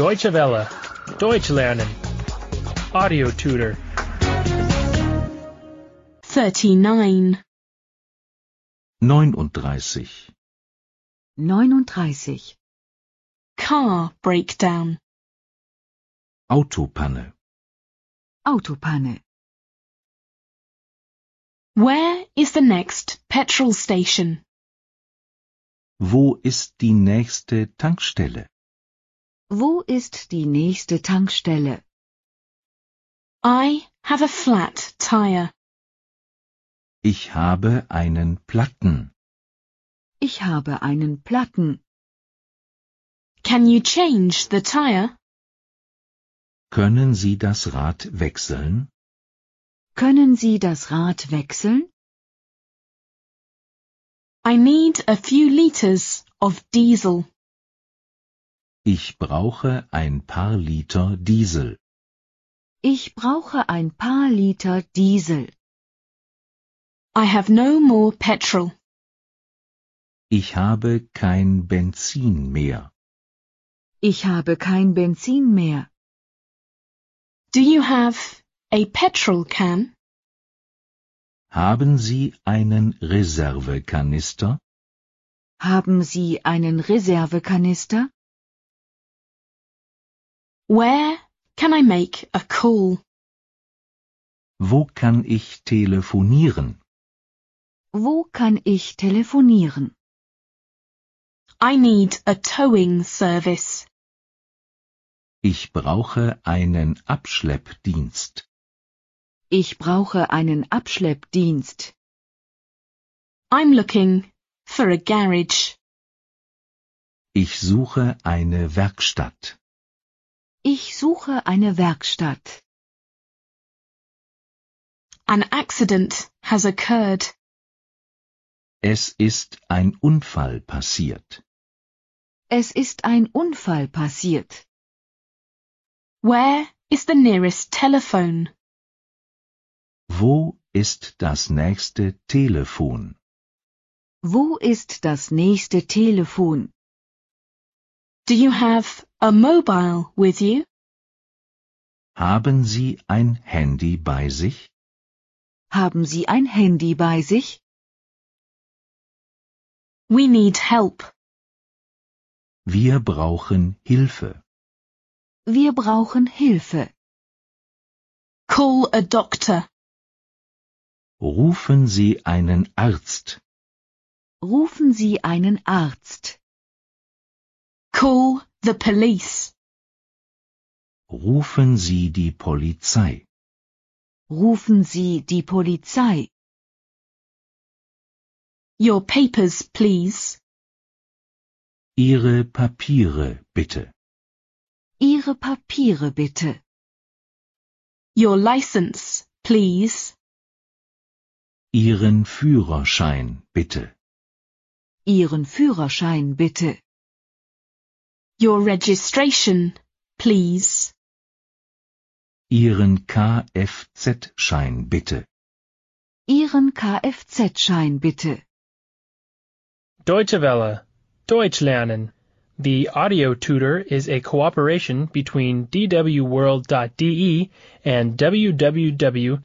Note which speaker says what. Speaker 1: Deutsche Welle. Deutsch lernen. Audio tutor.
Speaker 2: 39.
Speaker 3: 39.
Speaker 4: 39.
Speaker 2: Car breakdown.
Speaker 3: Autopanne.
Speaker 4: Autopanne.
Speaker 2: Where is the next petrol station?
Speaker 3: Wo ist die nächste Tankstelle?
Speaker 4: Wo ist die nächste Tankstelle?
Speaker 2: I have a flat tire.
Speaker 3: Ich habe einen Platten.
Speaker 4: Ich habe einen Platten.
Speaker 2: Can you change the tire?
Speaker 3: Können Sie das Rad wechseln?
Speaker 4: Können Sie das Rad wechseln?
Speaker 2: I need a few liters of diesel.
Speaker 3: Ich brauche ein paar Liter Diesel.
Speaker 4: Ich brauche ein paar Liter Diesel.
Speaker 2: I have no more petrol.
Speaker 3: Ich habe kein Benzin mehr.
Speaker 4: Ich habe kein Benzin mehr.
Speaker 2: Do you have a petrol can?
Speaker 3: Haben Sie einen Reservekanister?
Speaker 4: Haben Sie einen Reservekanister?
Speaker 2: Where can I make a call?
Speaker 3: Wo kann ich telefonieren?
Speaker 4: Wo kann ich telefonieren?
Speaker 2: I need a towing service.
Speaker 3: Ich brauche einen Abschleppdienst.
Speaker 4: Ich brauche einen Abschleppdienst.
Speaker 2: I'm looking for a garage.
Speaker 3: Ich suche eine Werkstatt.
Speaker 4: Ich suche eine Werkstatt.
Speaker 2: An accident has occurred.
Speaker 3: Es ist ein Unfall passiert.
Speaker 4: Es ist ein Unfall passiert.
Speaker 2: Where is the nearest telephone?
Speaker 3: Wo ist das nächste Telefon?
Speaker 4: Wo ist das nächste Telefon?
Speaker 2: Do you have a mobile with you?
Speaker 3: Haben Sie ein Handy bei sich?
Speaker 4: Haben Sie ein Handy bei sich?
Speaker 2: We need help.
Speaker 3: Wir brauchen Hilfe.
Speaker 4: Wir brauchen Hilfe.
Speaker 2: Call a doctor.
Speaker 3: Rufen Sie einen Arzt.
Speaker 4: Rufen Sie einen Arzt.
Speaker 2: Call the police.
Speaker 3: Rufen Sie die Polizei.
Speaker 4: Rufen Sie die Polizei.
Speaker 2: Your papers, please.
Speaker 3: Ihre Papiere bitte.
Speaker 4: Ihre Papiere bitte.
Speaker 2: Your license, please.
Speaker 3: Ihren Führerschein bitte.
Speaker 4: Ihren Führerschein bitte.
Speaker 2: Your registration, please.
Speaker 3: Ihren Kfz-Schein bitte.
Speaker 4: Ihren Kfz-Schein bitte.
Speaker 1: Deutsche Welle. Deutsch lernen. The audio tutor is a cooperation between E dwworld.de and www.book2.de.